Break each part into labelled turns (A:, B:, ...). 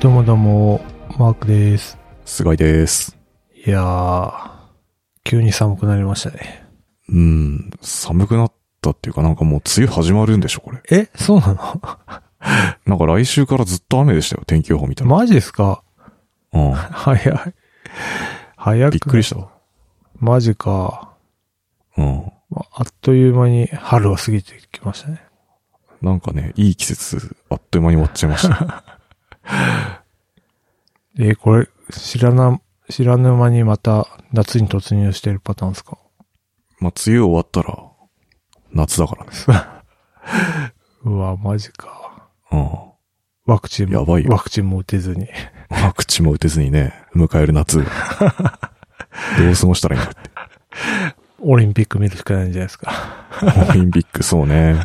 A: どうもどうも、マークです。
B: 菅井です。
A: いやー、急に寒くなりましたね。
B: うん、寒くなったっていうかなんかもう梅雨始まるんでしょ、これ。
A: え、そうな の
B: なんか来週からずっと雨でしたよ、天気予報見たら。
A: マジですか
B: うん。
A: 早い。早く。
B: びっくりした。
A: マジか。
B: うん。
A: まああっという間に春は過ぎてきましたね。
B: なんかね、いい季節、あっという間に終わっちゃいました。
A: え、これ、知らな、知らぬ間にまた夏に突入してるパターンですか
B: まあ、梅雨終わったら、夏だからね。
A: うわ、マジか。
B: う
A: ワクチンも、
B: やばいよ
A: ワクチンも打てずに。
B: ん。ワクチンも打てずにね、迎える夏。どう過ごしたらいいんだって。
A: オリンピック見るしかないんじゃないですか。
B: オリンピック、そうね。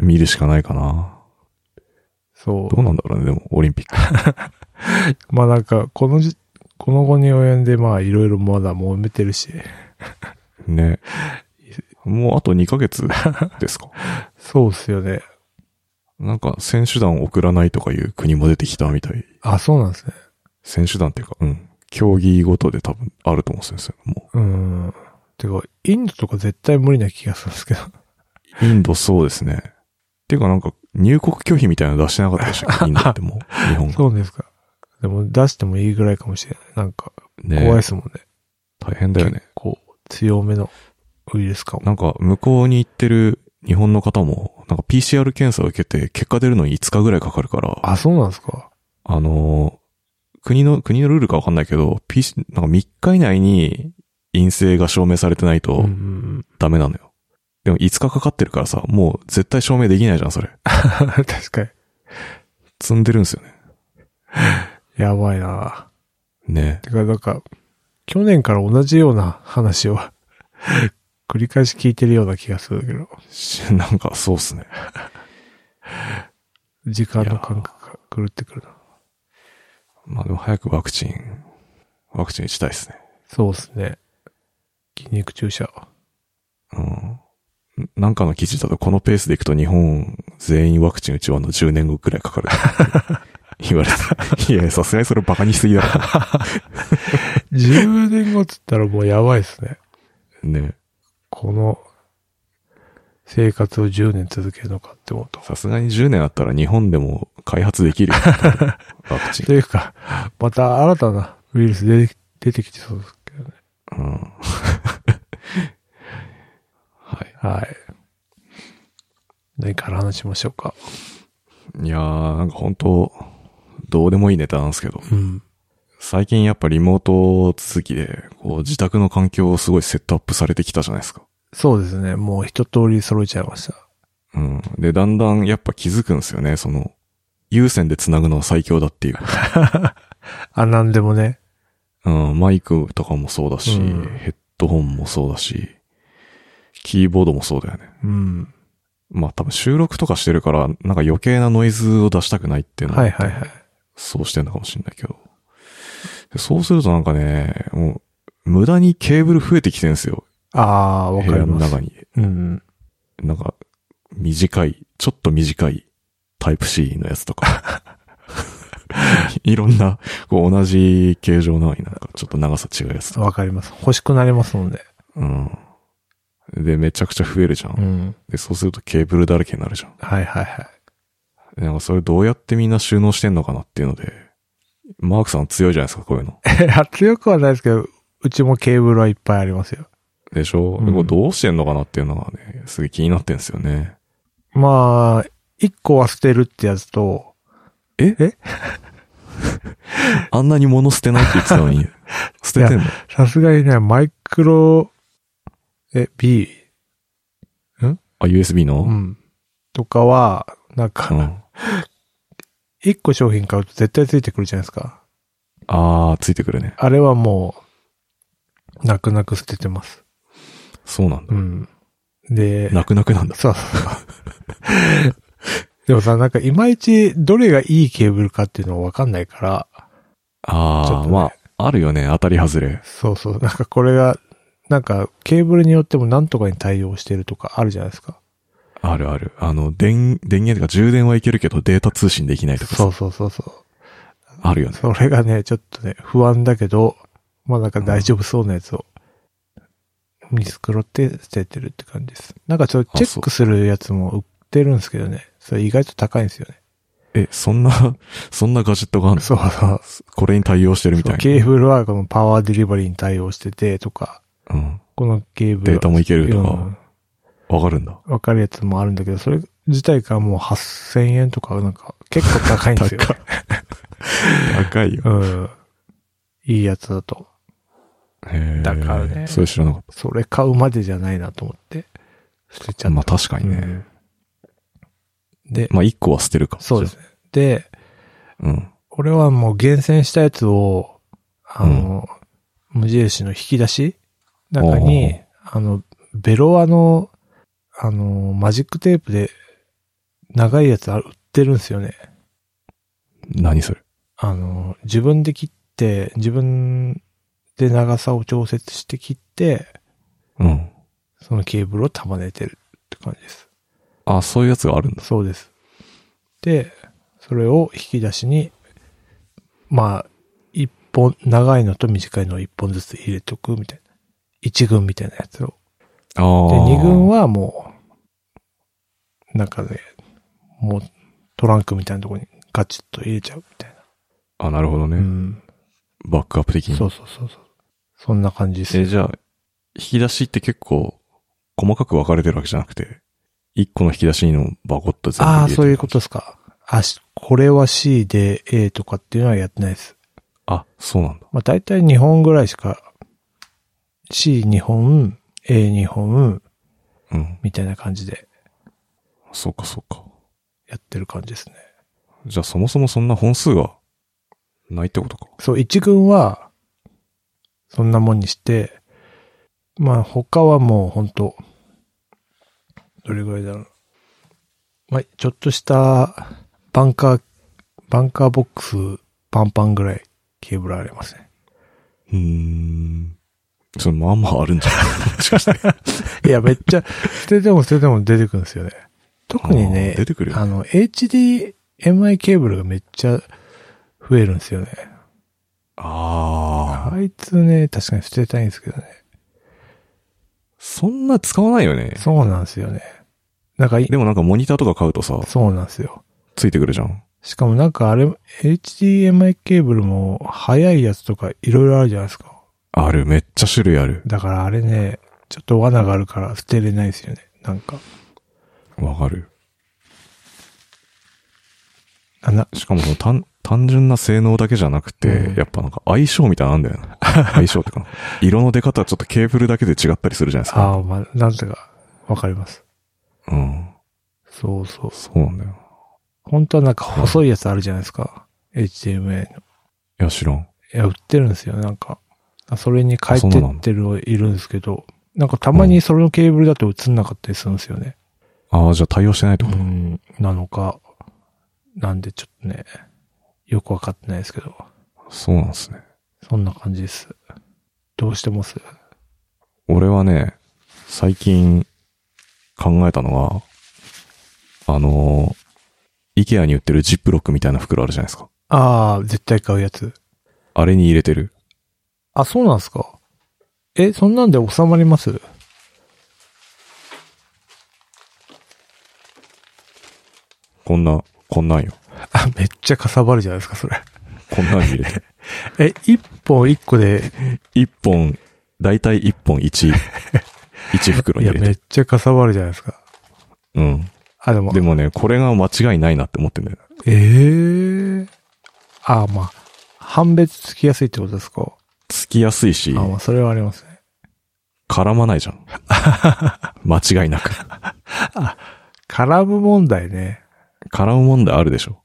B: 見るしかないかな。
A: そう。
B: どうなんだろうね、でも、オリンピック。
A: まあなんか、このじ、この後に及んで、まあいろいろまだ揉めてるし、
B: ね。もうあと2ヶ月 ですか
A: そうっすよね。
B: なんか選手団を送らないとかいう国も出てきたみたい。
A: あ、そうなんですね。
B: 選手団っていうか、うん。競技ごとで多分あると思うんですよ。も
A: うん。てか、インドとか絶対無理な気がするんですけど。
B: う。インドそうですね。っていうかなんか入国拒否みたいなの出してなかったでした っけインドってもう。日本が。
A: そうですか。でも出してもいいぐらいかもしれない。なんか、怖い
B: ね
A: ですもんね。
B: 大変だよね。
A: こう、強めのウイルスかも。
B: なんか向こうに行ってる日本の方も、なんか PCR 検査を受けて結果出るのに5日ぐらいかかるから、あ
A: あ、そうなんですか。
B: のー国の、国のルールかわかんないけど、PC、なんか3日以内に陰性が証明されてないと、
A: うんうんうん。
B: ダメなのよ。でも5日かかってるからさ、もう絶対証明できないじゃん、それ。
A: 確かに。
B: 積んでるんですよね。
A: やばいな
B: ね
A: てか、なんか、去年から同じような話を 繰り返し聞いてるような気がするけど。
B: しなんかそうっすね。
A: 時間の感覚が狂ってくるな。
B: まあでも早くワクチン、ワクチン打ちたいっすね。
A: そうですね。筋肉注射。
B: うん。んなんかの記事だとこのペースでいくと日本全員ワクチン打ち終わるの10年後くらいかかる。言われ て。いやいや、さすがにそれバカにしすぎだろ。
A: 10年後っつったらもうやばいですね。
B: ね
A: この生活を10年続けるのかって思うと。
B: さすがに10年あったら日本でも開発できるよ。ワクチン
A: と。いうか、また新たなウイルス出てき出てきてそうですけどね。
B: うん。はい。
A: はい。何から話しましょうか。
B: いやー、なんか本当どうでもいいネタなんですけど、
A: うん。
B: 最近やっぱリモート続きで、こう自宅の環境をすごいセットアップされてきたじゃないですか。
A: そうですね。もう一通り揃えちゃいました。
B: うん。で、だんだんやっぱ気づくんですよね、その、有線で繋ぐのは最強だっていう。
A: あ、なんでもね。
B: うん、マイクとかもそうだし、
A: うん
B: ヘッドホンもそうだし、キーボードもそうだよね。
A: うん。
B: まあ多分収録とかしてるから、なんか余計なノイズを出したくないっていうのが
A: はいはいはい。
B: そうしてんのかもしれないけど。でそうするとなんかね、もう、無駄にケーブル増えてきてるんですよ。
A: ああ、わ
B: 部
A: か
B: 屋
A: り
B: の
A: ます
B: 中。に。
A: うん。
B: なんか、短い、ちょっと短いタイプ C のやつとか。 いろんな、こう同じ形状なのになんかちょっと長さ違うやつとか。
A: わかります。欲しくなりますもんね。
B: うん。で、めちゃくちゃ増えるじゃん。
A: うん。
B: で、そうするとケーブルだらけになるじゃん。
A: はいはいはい。
B: でなんかそれどうやってみんな収納してんのかなっていうので、マークさん強いじゃないですか、こういうの。
A: い や、強くはないですけど、うちもケーブルはいっぱいありますよ。
B: でしょ、
A: うん
B: でもどうしてんのかなっていうのがね、すげえ気になってんですよね。
A: まあ、一個は捨てるってやつと、
B: あんなに物捨てないって言ってたの に、捨ててんの
A: さすがにね、マイクロ、え、B?
B: あ、USB の、
A: う
B: うん、
A: ん。とかは、なんか、一個商品買うと絶対ついてくるじゃないですか。
B: あー、ついてくるね。
A: あれはもう、泣く泣く捨ててます。
B: そうなんだ。
A: うん。で、
B: 泣く泣くなんだ。
A: そうそうそう。でもさ、なんかいまいちどれがいいケーブルかっていうのはわかんないから、
B: あ
A: ちょっ
B: ー、
A: とね
B: まあ、あるよね。当たり外れ。
A: そうそう。なんかこれが、なんかケーブルによっても何とかに対応してるとかあるじゃないですか。
B: あるある。あの、電、電源とか充電はいけるけどデータ通信できないとか
A: そ
B: さ
A: うそうそうそう。
B: あるよね。
A: それがね、ちょっとね、不安だけど、まあなんか大丈夫そうなやつを、見繕って捨ててるって感じです。なんかちょっとチェックするやつも売ってるんですけどね。それ意外と高いんですよね。
B: え、そんな、 そんなガジェットがある
A: そうそう。
B: のこれに対応してるみたい
A: そう
B: な。
A: ケーブルはこのパワーデリバリーに対応しててとか、
B: うん。
A: このケーブル
B: データもいけると
A: うん
B: か、わかるんだ。
A: わかるやつもあるんだけど、それ自体がもう8000円とか、なんか結構高いんですよ。
B: 高い。高いよ。
A: うん。いいやつだと。
B: へー
A: だからね
B: それ知らなかっ
A: それ買うまでじゃないなと思って、捨てちゃ
B: た。
A: った。
B: まあ確かにね。
A: うんで、
B: まあ一個は捨てるか。
A: そうですね。で、
B: じゃあ。うん。
A: 俺はもう厳選したやつを、あの、無印の引き出し中
B: おうおう
A: に
B: おう、
A: あの、ベロアの、あの、マジックテープで、長いやつあ売ってるんですよね。
B: 何それ。
A: あの、自分で切って、自分で長さを調節して切って、
B: うん。
A: そのケーブルを束ねてるって感じです。
B: あ、そういうやつがあるんだ。
A: そうです。で、それを引き出しに、まあ、一本、長いのと短いのを一本ずつ入れとくみたいな。一軍みたいなやつを。で、
B: ああ。
A: 二軍はもう、なんかね、もうトランクみたいなところにガチッと入れちゃうみたい
B: あ、なるほど
A: な。
B: ね。
A: うん。
B: バックアップ的に。
A: そうそうそうそう。そんな感じです
B: え、。じゃあ、引き出しって結構、細かく分かれてるわけじゃなくて、一個の引き出しのバコッと全部入れて
A: ああ、そういう
B: と。
A: ことですか。あ、しこれは C で A とかっていうのはやってないです。
B: あ、そうなんだ。
A: まあ大体2本ぐらいしか、C2 本、A2 本、
B: うん。
A: みたいな感じで
B: そうか、そうか。
A: やってる感じですね。
B: じゃあ、そもそもそんな本数が、ないってことか。
A: そう、1軍は、そんなもんにして、まあ他はもうほんと、どれぐらいだろう。まあちょっとしたバンカー、バンカーボックスパンパンぐらいケーブルありますね。
B: うーん。それ、まあまああるんじゃない もしか して。
A: いや、めっちゃ、捨てても捨てても出てくるんですよね。特にね
B: あー、出てくるよね
A: あの、HDMI ケーブルがめっちゃ増えるんですよね。
B: ああ。
A: あいつね、確かに捨てたいんですけどね。
B: そんな使わないよね。
A: そうなんですよね。なんかい、
B: でもなんかモニターとか買うとさ、
A: そうなんですよ。
B: ついてくるじゃん。
A: しかもなんかあれ、HDMI ケーブルも早いやつとかいろいろあるじゃないですか。
B: ある、めっちゃ種類ある。
A: だからあれね、ちょっと罠があるから捨てれないですよね。なんか。
B: わかる。
A: あな、
B: しかもその単、単純な性能だけじゃなくて、
A: うん
B: やっぱなんか相性みたいなのあんだよな。相性ってかな。色の出方はちょっとケーブルだけで違ったりするじゃないですか。
A: ああ、まあ、なんとか、わかります。
B: うん。
A: そうそう。
B: そうなんだよ。
A: 本当はなんか細いやつあるじゃないですか。HDMI の。
B: いや、知らん。
A: いや、売ってるんですよ、なんか。あそれに変えて
B: あそうな
A: っ
B: の
A: てる、いるんですけど、なんかたまにそれのケーブルだと映んなかったりするんですよね。
B: ああ、じゃあ対応してないって
A: う
B: こと、
A: ん、なのか。なんでちょっとね、よくわかってないですけど、
B: そうなんですね。
A: そんな感じです。どうしてます
B: 俺はね、最近考えたのが、あのー、イケアに売ってるジップロックみたいな袋あるじゃないですか。
A: ああ、絶対買うやつ。
B: あれに入れてる。
A: あ、そうなんですかえ、そんなんで収まります
B: こんな、こんなんよ。
A: あ、めっちゃかさばるじゃないですか、それ。
B: こんなんに入れて。
A: え、一本一個で、
B: 一本、だいたい一本 一、一袋
A: い
B: に
A: や、
B: 入れ
A: め
B: て。
A: っちゃかさばるじゃないですか。
B: うん。
A: あ、でも、
B: でもね、これが間違いないなって思ってんだよ。
A: ええああ、まあ、判別つきやすいってことですか。
B: つきやすいし、
A: ああ、まあ、それはありますね。
B: 絡まないじ ゃん。間違いなく。
A: 絡む問題ね。
B: 絡む問題あるでしょ。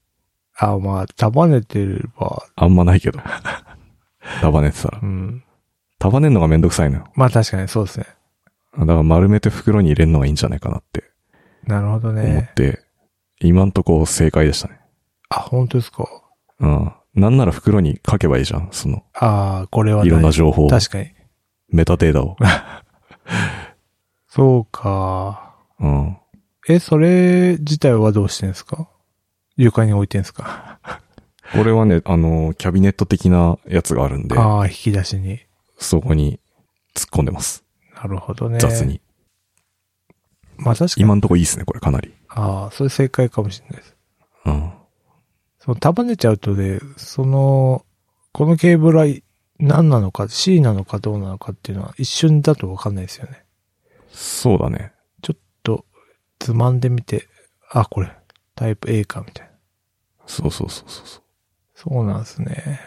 A: ああ、まあ、束ねてれば、
B: あんまないけど。束ねてたら
A: う。ん。
B: 束ねるのがめんどくさいのよ。
A: まあ、確かにそうですね。
B: だから丸めて袋に入れるのがいいんじゃないかなって
A: なるほど
B: 思
A: ね
B: っ。て、今んとこ正解でしたね。
A: あ、本当ですか。
B: うん。なんなら袋に書けばいいじゃん。その、
A: ああ、これはない
B: ろんな情報を、
A: 確かに。
B: メタデータを。
A: そうか。
B: うん。
A: ええ、それ自体はどうしてんですか床に置いてんですか
B: これはね、あの、キャビネット的なやつがあるんで、
A: ああ、引き出しに。
B: そこに突っ込んでます。
A: なるほどね。
B: 雑に。
A: まあ確かに。
B: 今んとこいいですね、これかなり。
A: ああ、それ正解かもしれないです。
B: うん。
A: その束ねちゃうとで、その、このケーブルは何なのか、C なのかどうなのかっていうのは一瞬だとわかんないですよね。
B: そうだね。
A: ちょっと、つまんでみて、あ、これ、タイプ A か、みたいな。
B: そうそうそうそうそ
A: そうなんですね。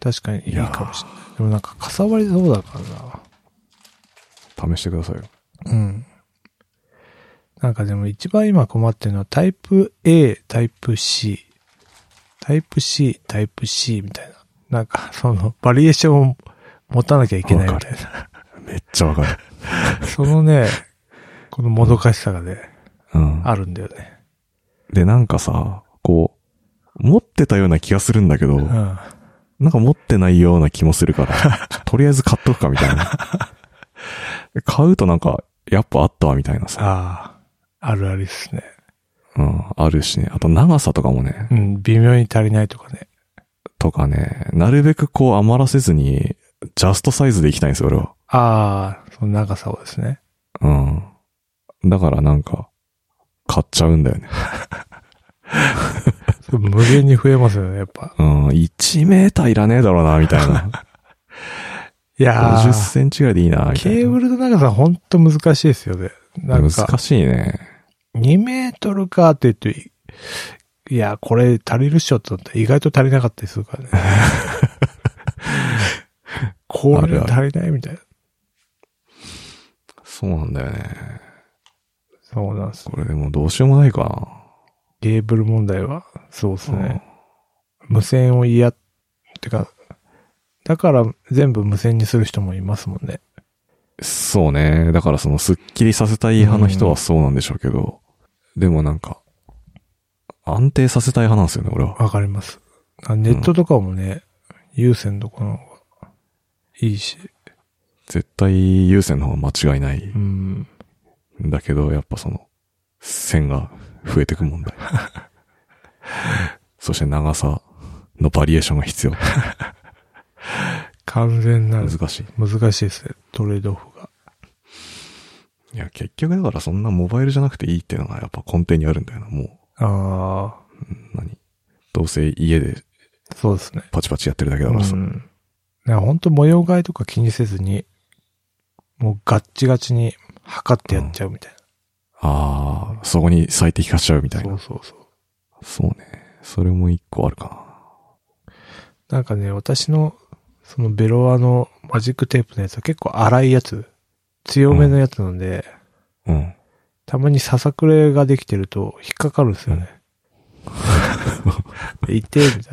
A: 確かにいい
B: いやー
A: かもしれない。でもなんか、かさばりそうだか
B: う。試してくださいよ。
A: らな。うん。なんかでも一番今困ってるのはタイプ A、タイプ C、タイプ C、タイプ C みたいな。なんか、その、バリエーションを持たなきゃいけないみたいな。
B: めっちゃわ かる。
A: そのね、このもどかしさがね、
B: うん。
A: あるんだよね。
B: で、なんかさ、こう、持ってたような気がするんだけど、
A: うん。
B: なんか持ってないような気もす るから、ちょとりあえず買っとくかみたいな。買うとなんか、やっぱあったわみたいなさ。
A: ああ、あるあるですね。
B: うん、あるしね。あと長さとかもね
A: う、ん、微妙に足りないとかね。
B: とかね、なるべくこう余らせずに、ジャストサイズでいきたいんですよ、俺は。
A: ああ、その長さをですね。
B: うん。だからなんか、買っちゃうんだよね。
A: それ無限に増えますよね、やっぱ。
B: うん、1メーターいらねえだろうな、みたいな。
A: いや
B: 50
A: ー、
B: センチぐらいでいいな、みたいな。
A: ケーブルの長さほんと難しいですよね。なんか、
B: 難しいね。
A: 2メートルかって言って、いや、これ足りるっしょってなったら意外と足りなかったりするからね。これ足りないみたいな。
B: そうなんだよね。
A: そうなんです。
B: これでもどうしようもないか
A: ケーブル問題は、そうです
B: な。
A: ね。無線を嫌ってか、だから全部無線にする人もいますもんね。
B: そうね。だからそのスッキリさせたい派の人はそうなんでしょうけど、でもなんか、安定させたい派なんですよね、俺は。
A: わかります。あネットとかもね、有線とかの方がいいし。
B: 絶対優先の方が間違いない
A: うん。
B: んだけど、やっぱその、線が増えてく問題。 そして長さのバリエーションが必要。
A: 完全なる
B: 難しい。
A: 難しいですね。トレードオフが。
B: いや、結局だからそんなモバイルじゃなくていいっていうのがやっぱ根底にあるんだよな、も
A: あ
B: う。うん何どうせ家で
A: あ、そうですね。
B: パチパチやってるだけ
A: う
B: だからさ。
A: ん。なんか本当模様替えとか気にせずに、もうガッチガチに測ってやっちゃうみたい
B: ああ、そこに最適化しちゃうみた
A: な。
B: いな。
A: そうそうそう。
B: そうね。それも一個あるか
A: なんかね、私の、そのベロアのマジックテープのやつは結構粗いやつ、強めのやつなんで、
B: な。うん。
A: たまにささくれができてると引っかかるんですよね。いて、みたいな。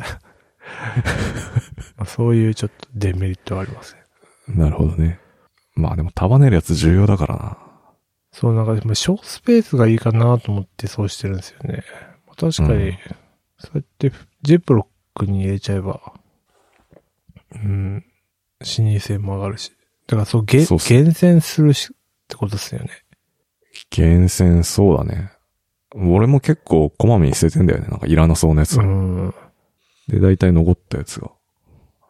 A: まあそういうちょっとデメリットはありますね。
B: なるほどね。まあでも束ねるやつ重要だからな。
A: そう、なんか、まあ、小スペースがいいかなと思ってそうしてるんですよね。まあ確かに、
B: うん
A: そうやってジップロックに入れちゃえば、うん、視認性も上がるし。だからそう、げ
B: そうっす
A: 厳選するしってことですよね。
B: 厳選そうだね。俺も結構こまめに捨ててんだよね。なんかいらなそうなやつ。
A: うん。
B: で、大体残ったやつが、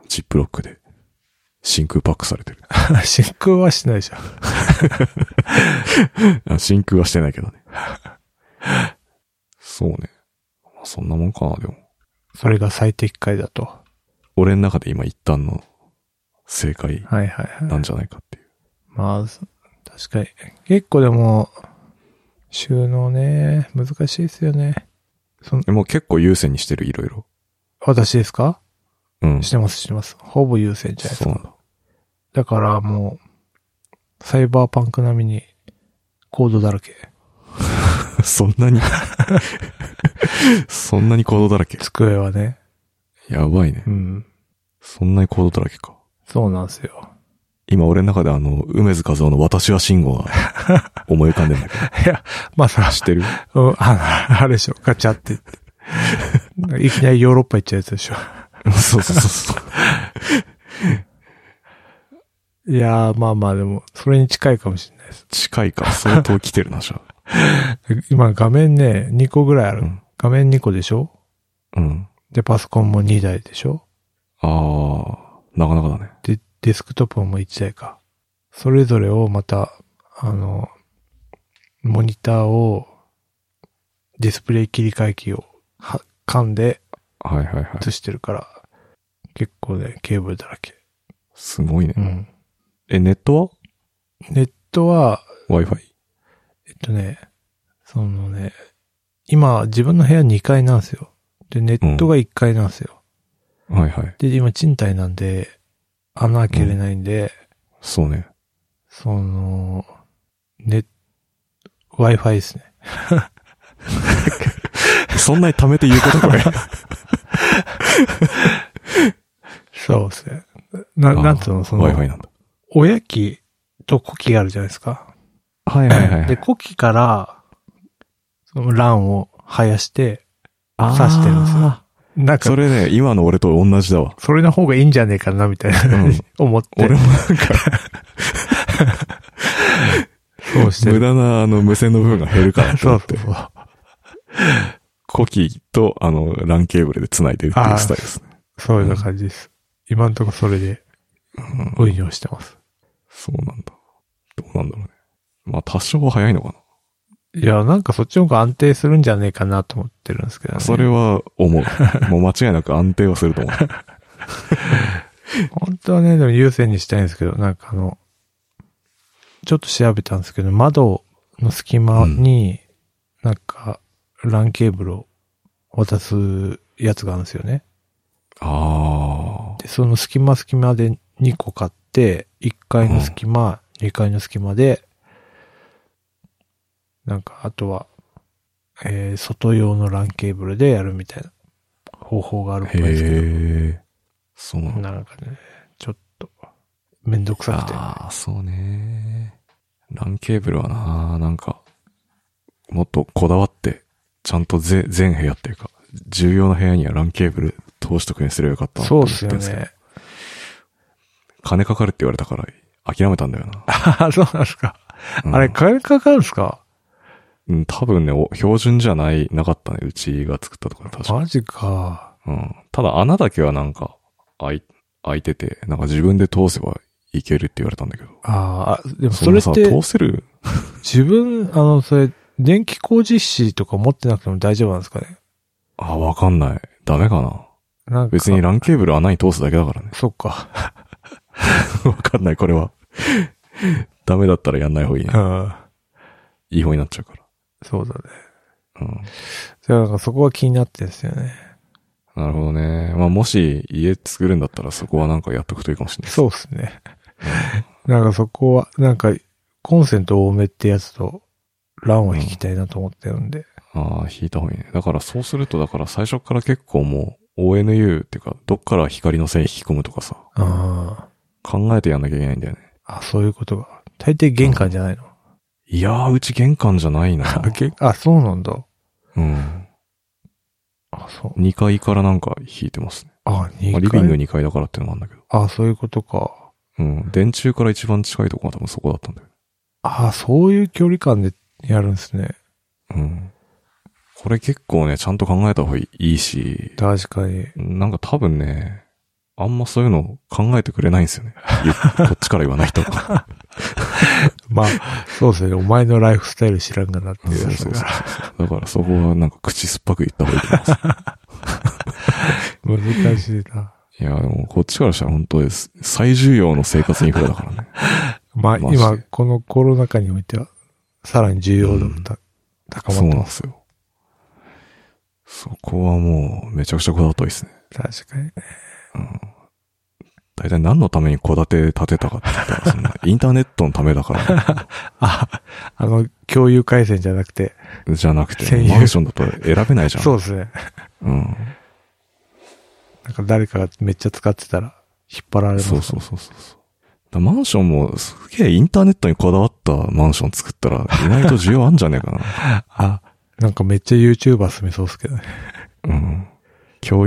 B: ジップロックで、真空パックされてる。
A: 真空はしないじゃん。
B: あ真空はしてないけどね。 そうね。まあそんなもんかな、でも。
A: それが最適解だと。
B: 俺の中で今一旦の正解
A: はいはいはい。
B: なんじゃないかっていう。
A: まあ、そ確かに。結構でも、収納ね、難しいですよね。その
B: えもう結構優先にしてる、いろいろ。
A: 私ですか
B: うん。
A: してます、してます。ほぼ優先じゃないです
B: そう
A: か。
B: なんだ。
A: だからもう、サイバーパンク並みに、コードだらけ。
B: そんなに、 そんなにコードだらけ。
A: 机はね。
B: やばいね
A: う。ん。
B: そんなにコードだらけか。
A: そうなんですよ。
B: 今俺の中であの、梅津和夫の私は信号が思い浮かんでんだけ
A: いや、まあ
B: ど。
A: さ、
B: 知ってる
A: うん、あのあれでしょ、ガチャって言って。いきなりヨーロッパ行っちゃうやつでしょ。
B: そうそうそうそう。
A: いやー、まあまあでも、それに近いかもしれないです。
B: 近いか、相当来てるな、じゃあ。
A: 今画面ね、2個ぐらいある。
B: うん
A: 画面2個でしょ
B: うん。
A: で、パソコンも2台でしょ
B: あー、なかなかだね。
A: で、デスクトップも1台か。それぞれをまた、あの、モニターを、ディスプレイ切り替え機をは噛んで
B: はいはいはい。
A: 映してるから、結構ね、ケーブルだらけ。
B: すごいね。
A: うん。
B: え、ネット
A: ネットは、
B: は ?Wi-Fi?
A: えっとね、そのね、今、自分の部屋2階なんですよ。で、ネットが1階なんですよ。
B: はいはい。
A: で、今、賃貸なんで、穴開けれないんで、
B: そうね。
A: その、ネ Wi-Fi ですね。
B: そんなに貯めて言うこと これ。
A: そうですね。な、
B: あー
A: なんつうの、その、
B: Wi-Fi なんだ。
A: 親機と子機があるじゃないですか。
B: はい
A: で、。子機から、その LAN を生やして、
B: あー
A: 挿してるんですよ。なんか、
B: そ
A: それ
B: れね、今の俺と同じだわ。
A: の方がいいんじゃねえかな、みたい な、
B: うん。
A: 思って。
B: 俺もなんか、
A: そうして
B: 無
A: る。
B: 駄なあの無線の部分が減るからと
A: そ
B: 思
A: う
B: っ
A: そ
B: て
A: う。そう。
B: コキとあの、ランケーブルで繋いでるっていうスタイルですね。
A: そういうような感じです。今んとこそれで
B: うん
A: 運用してます。
B: そうなんだ。どうなんだろうね。まあ、多少は早いのか
A: いや、なんかそっちの方が安定するんじゃねえかなと思ってるんですけど
B: な。
A: ね。
B: それは思う。 もう間違いなく安定はすると思う。
A: 本当はね、でも優先にしたいんですけど、なんかあの、ちょっと調べたんですけど、窓の隙間に、なんか、ランケーブルを渡すやつがあるんですよね。
B: あ
A: で、その隙間隙間で2個買って、1階の隙間、2階の隙間で、なんか、あとは、えー、外用のランケーブルでやるみたいな方法があるっ
B: あ。
A: ぽいですけ
B: へえ。そうなん
A: ど、
B: だ。
A: なんかね、ちょっと、めんどくさくて。
B: ああ、そうね。ランケーブルはな、なんか、もっとこだわって、ちゃんとぜ全部屋っていうか、重要な部屋にはランケーブル通しとくようにすればよかったなって
A: そ
B: 思
A: うで
B: って
A: す
B: ん
A: よ
B: ですけど
A: ね。
B: 金かかるって言われたから、諦めたんだよな。
A: あ、そうなんですか。
B: う ん
A: あれ、金かかるんですか
B: うん、多分ね、お標準じゃない、なかったね。うちが作ったところ、確か。
A: マジか。
B: うん。ただ穴だけはなんか、開い、開いてて、なんか自分で通せばいけるって言われたんだけど。
A: ああ、でもそれっ
B: んな
A: て
B: さ、通せる
A: 自分、あの、それ、電気工事士とか持ってなくても大丈夫なんですかね
B: あ、わかんない。ダメかな。
A: なんか。
B: 別にランケーブル穴に通すだけ だからね。
A: そっか。
B: わかんない、これは。 ダメだったらやんない方がいいね。
A: うん。
B: 違法になっちゃうか
A: そうだね。
B: ら。うん。
A: じゃあ、なんかそこが気になってんですよね。
B: なるほどね。まあ、もし家作るんだったらそこはなんかやっとくといいかもしれないです。
A: そうですね。なんかそこは、なんか、コンセント多めってやつと、ランを引きたいなと思ってるんで。
B: ああ、引いた方がいいね。だからそうすると、だから最初から結構もう ONU っていうか、どっから光の線引き込むとかさ、
A: あ
B: 考えてやんなきゃいけないんだよね。
A: あ。あ、そういうことが。大抵玄関じゃないの。
B: いやー、うち玄関じゃな いな。
A: あ玄あ、そうなんだ。
B: うん。
A: あ、そう。
B: 2階からなんか引いてますね。
A: あ、二
B: ま
A: 階
B: あ、リビング2階だからってのもあるんだけど。
A: あ、そういうことか。
B: うん。電柱から一番近いとこは多分そこだったんだよね。
A: あ、そういう距離感でやるんですね。
B: うん。これ結構ね、ちゃんと考えた方がいいし、
A: 確かに。
B: なんか多分ね、あんまそういうの考えてくれないんですよね。ゆ こっちから言わないと。
A: まあ、そうですね。お前のライフスタイル知らんがなっていう
B: そう
A: やつ
B: そうそう
A: が。
B: だからそこはなんか口酸っぱく言った方がいいと思いま
A: 難しいな。
B: す。いや、でもこっちからしたら本当です。最重要の生活インフラだからね。
A: まあ、
B: マジで
A: 今、このコロナ禍においては、さらに重要度がた、高
B: そ
A: まっ
B: うな
A: て
B: ん
A: ま。
B: ですすよ。そこはもうめちゃくちゃこだわった方がいいですね。
A: 確かにね。
B: 大体何のために戸建て建てたかって言った ら、そんなインターネットのためだから、
A: あ、あの、共有回線じゃなくて。
B: じゃなくて、
A: 専用
B: マンションだと選べないじゃん。
A: そうですね。
B: うん。
A: なんか誰かがめっちゃ使ってたら、引っ張られます、
B: そうそうそうそうそう。だマンションもすげえインターネットにこだわったマンション作ったら意外と需要あんじゃねえかな。
A: あ、なんかめっちゃ YouTuber 住めそうですけどね。
B: うん。共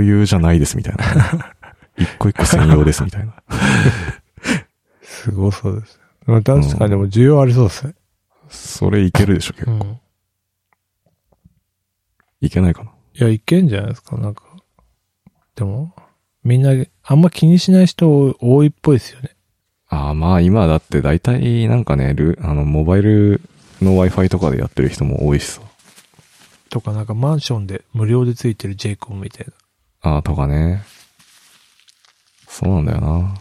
B: 有じゃないですみたいな。一個一個専用ですみたいな。
A: すごそうです。まあ確かにでも需要ありそうですね。
B: それいけるでしょ、結
A: う
B: 構。
A: ん。
B: いけないかな。
A: いや、いけんじゃないですか、なんか。でも、みんな、あんま気にしない人多いっぽいですよね。
B: ああ、まあ今だって大体なんかね、ルあの、モバイルの Wi-Fi とかでやってる人も多いしさ。
A: とか、なんかマンションで無料でついてる j コンみたいな。
B: ああ、とかね。そうなんだよな。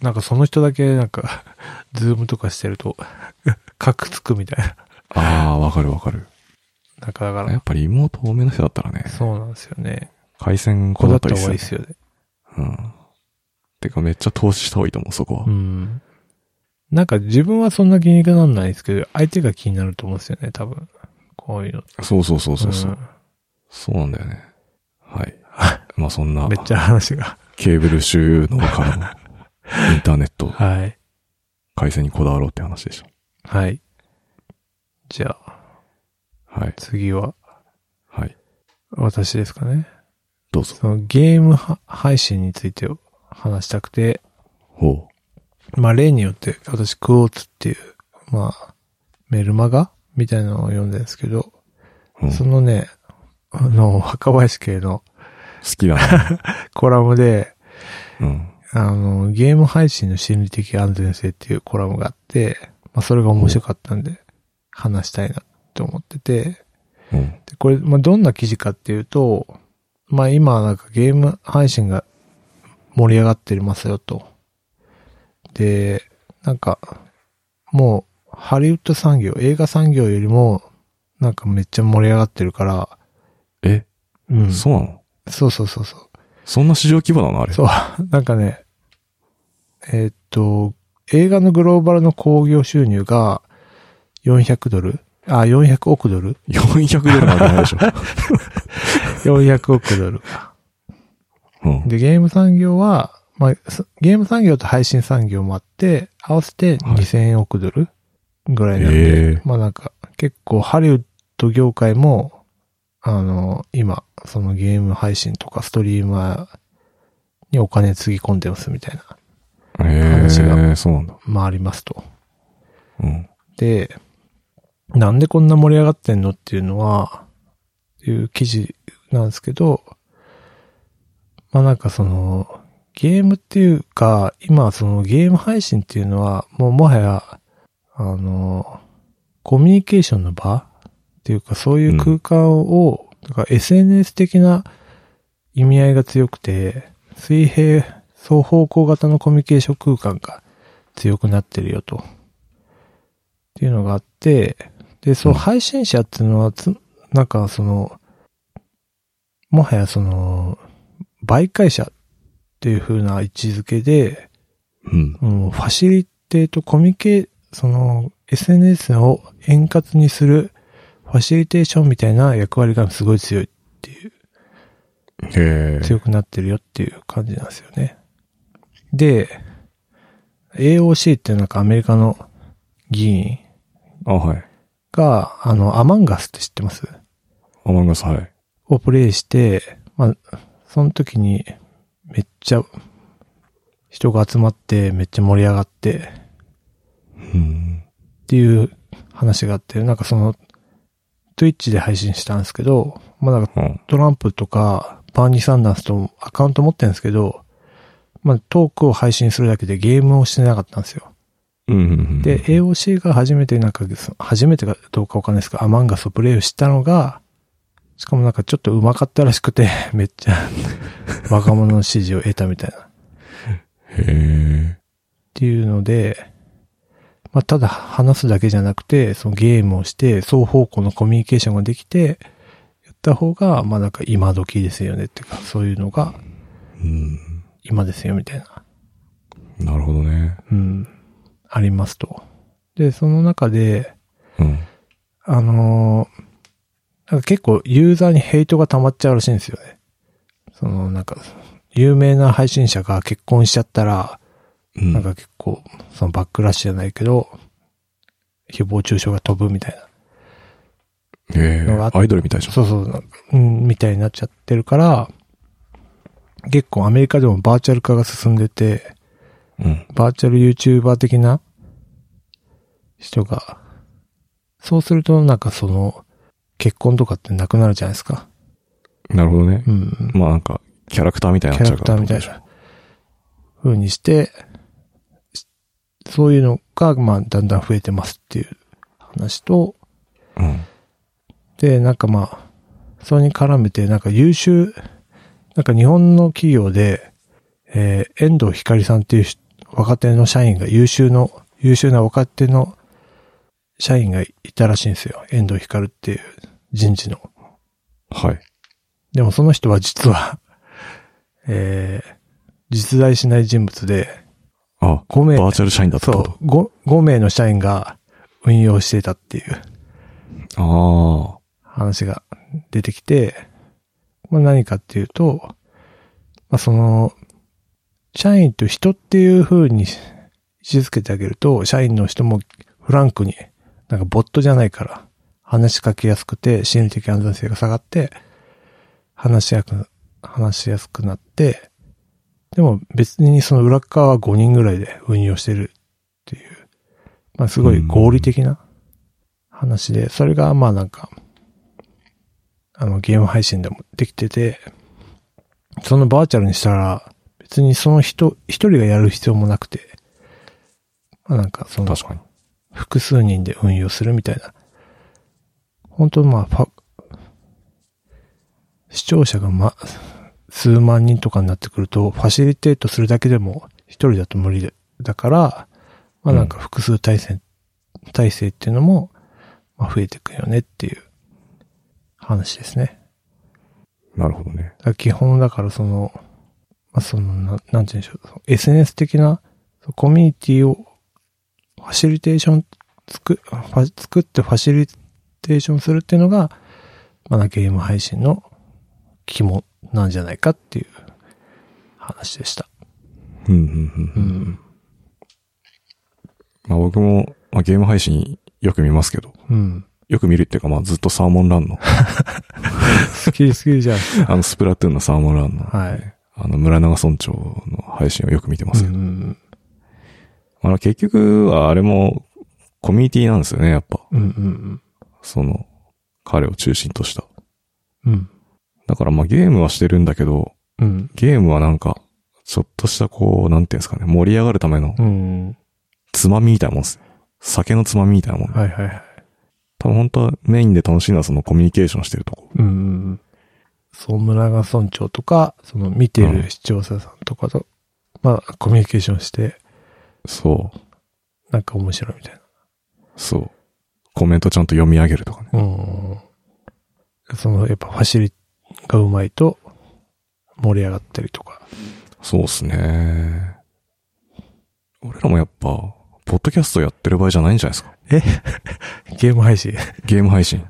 A: なんかその人だけ、なんか、 ズームとかしてると、 カクつくみたいな。
B: ああ、わかるわかる。
A: なんかだか
B: や
A: ら、
B: っぱり妹多めの人だったらね、
A: そうなんですよね。
B: 回線
A: こ
B: こ
A: だ
B: だ
A: っ
B: ったた
A: 方
B: り
A: がいい
B: す
A: で
B: る。
A: すよね。
B: うん。てかめっちゃ投資した方がいいと思う、そこは。
A: うん。なんか自分はそんな気にならないですけど、相手が気になると思うんですよね、多分。こういうの。
B: そうそうそうそうそう、
A: ん
B: そうなんだよね。 はい。まあそんな
A: め、っちゃ話が。
B: ケーブル収納からのインターネット、
A: はい。
B: 回線にこだわろうって話でし
A: はい。じゃあ、
B: た。はい。
A: 次は。
B: はい。
A: 私ですかね。
B: どうぞ。
A: そのゲームは配信についてを話したくて、
B: ほ
A: まあ例によって私クォーツっていう、まあメルマガみたいなのを読んでるんですけど、
B: う。うん、
A: そ
B: 好
A: のね、あの、若林系の
B: きだな。
A: コラムで、
B: うん。
A: あの、ゲーム配信の心理的安全性っていうコラムがあって、まあそれが面白かったんで話したいなと思ってて、
B: うん。
A: で、これ、まあ、どんな記事かっていうと、まあ、今、なんかゲーム配信が盛り上がってますよと。で、なんか、もう、ハリウッド産業、映画産業よりも、なんかめっちゃ盛り上がってるから、
B: え、
A: うんそ
B: そうなの
A: うそうそうそう。
B: そんな市場規模なのあれ。
A: そう、 なんかね、えーっと、映画のグローバルの興行収入が400ドルあ、400億ドル
B: 400ドルなわけない でしょ。
A: ?400 億ドル。
B: うん。
A: で、ゲーム産業は、まあ、すゲーム産業と配信産業もあって、合わせて
B: はい
A: 2000億ドルぐらいなんで、
B: ええ
A: まあなんか、結構ハリウッド業界も、あの、今、そのゲーム配信とかストリーマーにお金つぎ込んでますみたいな、
B: え
A: 話
B: え
A: が
B: そうなんだ。
A: まあありますと。
B: うん。
A: で、なんでこんな盛り上がってんのっていうのは、いう記事なんですけど、まあなんかその、ゲームっていうか、今そのゲーム配信っていうのは、もうもはや、あの、コミュニケーションの場っていうか、そういう空間を、だから SNS 的な意味合いが強くて、水平、双方向型のコミュニケーション空間が強くなってるよと。っていうのがあって、で、そう、
B: うん
A: 配信者っていうのはつ、なんかその、もはやその、媒介者っていう風な位置づけで、
B: うん。
A: うん、ファシリテートコミュニケ、その、SNS を円滑にするファシリテーションみたいな役割がすごい強いっていう、
B: へえ。
A: 強くなってるよっていう感じなんですよね。で、AOC ってなんかアメリカの議員
B: あ、はい。
A: が、あの、アマンガスって知ってます
B: アマンガス、はい。
A: をプレイして、まあ、その時にめっちゃ人が集まってめっちゃ盛り上がって
B: うん。
A: っていう話があって、なんかその Twitch で配信したんですけど、まあなんか
B: うん。
A: トランプとかバーニー・サンダースとアカウント持ってるんですけど、まあトークを配信するだけでゲームをしてなかったんですよ。
B: うんうん。
A: で、AOC が初めてなんか、その初めてかどうかわかんないですけど、アマンガスをプレイしたのが、しかもなんかちょっと上手かったらしくて、 めっち ゃ若者の支持を得たみたいな。っ
B: へえ。
A: ていうので、まあ、ただ話すだけじゃなくて、そのゲームをして、双方向のコミュニケーションができて、やった方が、まあなんか今時ですよねっていうか、そういうのが
B: うん。
A: 今ですよみたいな。
B: なるほどね。
A: うん。ありますと。で、その中で、
B: うん。
A: あのーなんか結構ユーザーにヘイトが溜まっちゃうらしいんですよね。その、なんか、有名な配信者が結婚しちゃったら、
B: うん。
A: なんか結構、そのバックラッシュじゃないけど、誹謗中傷が飛ぶみたい
B: へ
A: のがあ
B: え
A: っ。
B: アイドルみたいじ
A: な。
B: ゃん。
A: そうそう、なんかうん、みたいになっちゃってるから、結構アメリカでもバーチャル化が進んでて、
B: うん。
A: バーチャル YouTuber 的な人が、そうするとなんかその、結婚とかってなくなるじゃないですか。
B: なるほどね。
A: うん。
B: まあなんか、キャラクターみたいに
A: キ
B: なっ
A: ャ
B: ちゃ
A: ラ
B: う
A: クター
B: から
A: み
B: っ
A: た
B: て
A: い
B: ことでしょ。
A: な、風にして、しそういうのが、まあ、だんだん増えてますっていう話と、で、なんかまあ、それに絡めて、なんか優秀、なんか日本の企業で、えー遠藤光さんっていう人若手の社員が優秀の、優秀な若手の社員がいたらしいんですよ。遠藤光っていう人事の。
B: うん。はい。
A: でもその人は実は、えー実在しない人物で、
B: あ、
A: 5名、
B: バーチャル社員だったって
A: そ
B: こ
A: う
B: と。
A: 5、5名の社員が運用していたっていう。
B: あ
A: 話が出てきて、まあ、何かっていうと、まあ、その、社員と人っていう風に位置づけてあげると、社員の人もフランクに、なんかボットじゃないから、話しかけやすくて、心理的安全性が下がって、話しやく、話しやすくなって、でも別にその裏側は5人ぐらいで運用してるっていう、まあすごい合理的な話で、それがまあなんか、あのゲーム配信でもできてて、そのバーチャルにしたら、別にその人、一人がやる必要もなくて、まあなんかそ
B: あ、
A: の、
B: 確かに。
A: 複数人で運用するみたいな。本当まあ、ファ視聴者がま、数万人とかになってくると、ファシリテートするだけでも一人だと無理だだから、まあなんか複数体制、体制っていうのも、まあ増えていくよねっていう話ですね。
B: なるほどね。
A: だから基本だからその、まあ、その、ななんて言うんでしょうその、SNS 的なそのコミュニティを、ファシリテーションつく、ファ作ってファシリテーションするっていうのが、まあ、ゲーム配信の肝なんじゃないかっていう話でした。
B: うん、うん、うん。
A: ん。
B: まあ僕も、まあゲーム配信よく見ますけど、
A: うん。
B: よく見るっていうかまあずっとサーモンランの、
A: 好き好きじゃん。
B: あのスプラトゥーンのサーモンランの、
A: はい。
B: あの村長村長の配信をよく見てますけど、
A: ん。
B: まあ結局はあれもコミュニティなんですよね、やっぱ。
A: うんうん
B: その、彼を中心とした。
A: うん。うん。
B: だからまあゲームはしてるんだけど、
A: うん。
B: ゲームはなんか、ちょっとしたこう、なんていうんですかね、盛り上がるための
A: うん。
B: つまみみたいなもんですね。酒のつまみみたいなもんで。
A: はいはいはい。
B: 多分本当はメインで楽しいのはそのコミュニケーションしてるとこ。
A: うん。そう、村が村長とか、その見てる視聴者さんとかと、まあ、コミュニケーションして、
B: そう。
A: なんか面白いみたい
B: そう。コメントちゃんと読み上げるとかね。
A: な。うん。その、やっぱファシリがうまいと、盛り上がったりとか。
B: そうっすね。俺らもやっぱ、ポッドキャストやってる場合じゃないんじゃないですか。
A: ゲーム配信
B: ゲーム配 信。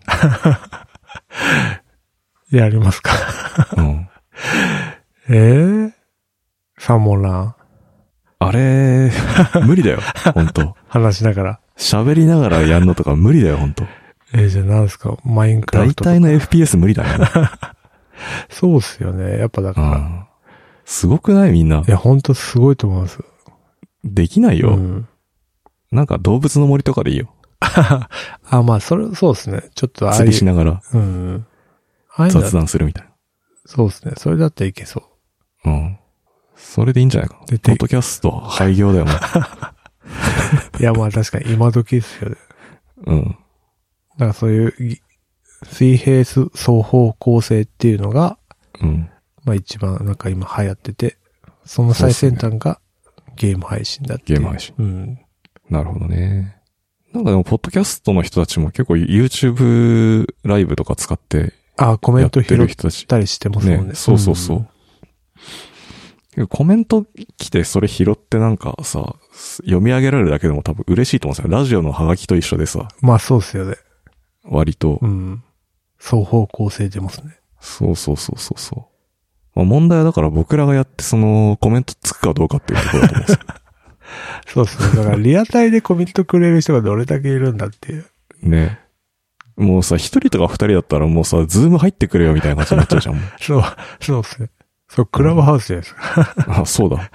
A: やりますか
B: うん。
A: ええサーモンラン
B: あ れ、無理だよ。本当
A: 話しながら。
B: 喋りながらやんのとか無理だよ、本当
A: えーじゃあ何ですかマインクラ
B: 大
A: フトとか
B: 体の FPS 無理だね。
A: そうっすよね。やっぱだ
B: う
A: から。い
B: ん。すごくないみんな。
A: や、ほんとすごいと思います。
B: できないうよ。
A: ん。
B: なんか動物の森とかでいいよ。
A: あ、まあ、それ、そうですね。ちょっとああい
B: 釣
A: う
B: りしながら
A: うん。ああいうのだ
B: 雑談するみたい
A: そうですね。それだったらいけそ
B: な。うん。それでいいんじゃないかな。ポ
A: で
B: ッドキャストは廃業だよ、も
A: う。いや、まあ確かに今時ですよね。
B: う。うん。
A: なんかそういうぎ、水平す双方向性っていうのが、
B: うん。
A: まあ一番なんか今流行ってて、その最先端がゲーム配信だっていう。
B: ゲーム配信。
A: うん。
B: なるほどね。なんかでも、ポッドキャストの人たちも結構 YouTube ライブとか使って
A: あ、コメ
B: や
A: ン
B: っ
A: ト
B: て
A: 拾
B: る
A: っ
B: 人たち。
A: たりしてますもんね。
B: ね、そうそうそう。
A: ん
B: 結構コメント来てそれ拾ってなんかさ、読み上げられるだけでも多分嬉しいと思うんですよ。ラジオのハガキと一緒でさ、
A: まあそうですよね。
B: 割と。
A: うん。双方向性出ますね。
B: そうそうそうそうそう。まあ問題はだから僕らがやってそのコメントつくかどうかっていうところだと思うんですよ。
A: そうですね。だからリアタイでコメントくれる人がどれだけいるんだっていう。
B: ね。もうさ、一人とか二人だったらもうさ、ズーム入ってくれよみたいな感じになっちゃうじゃん。もう
A: そう、そうですね。そう、クラブハウスじゃないですか。
B: あ、そうだ。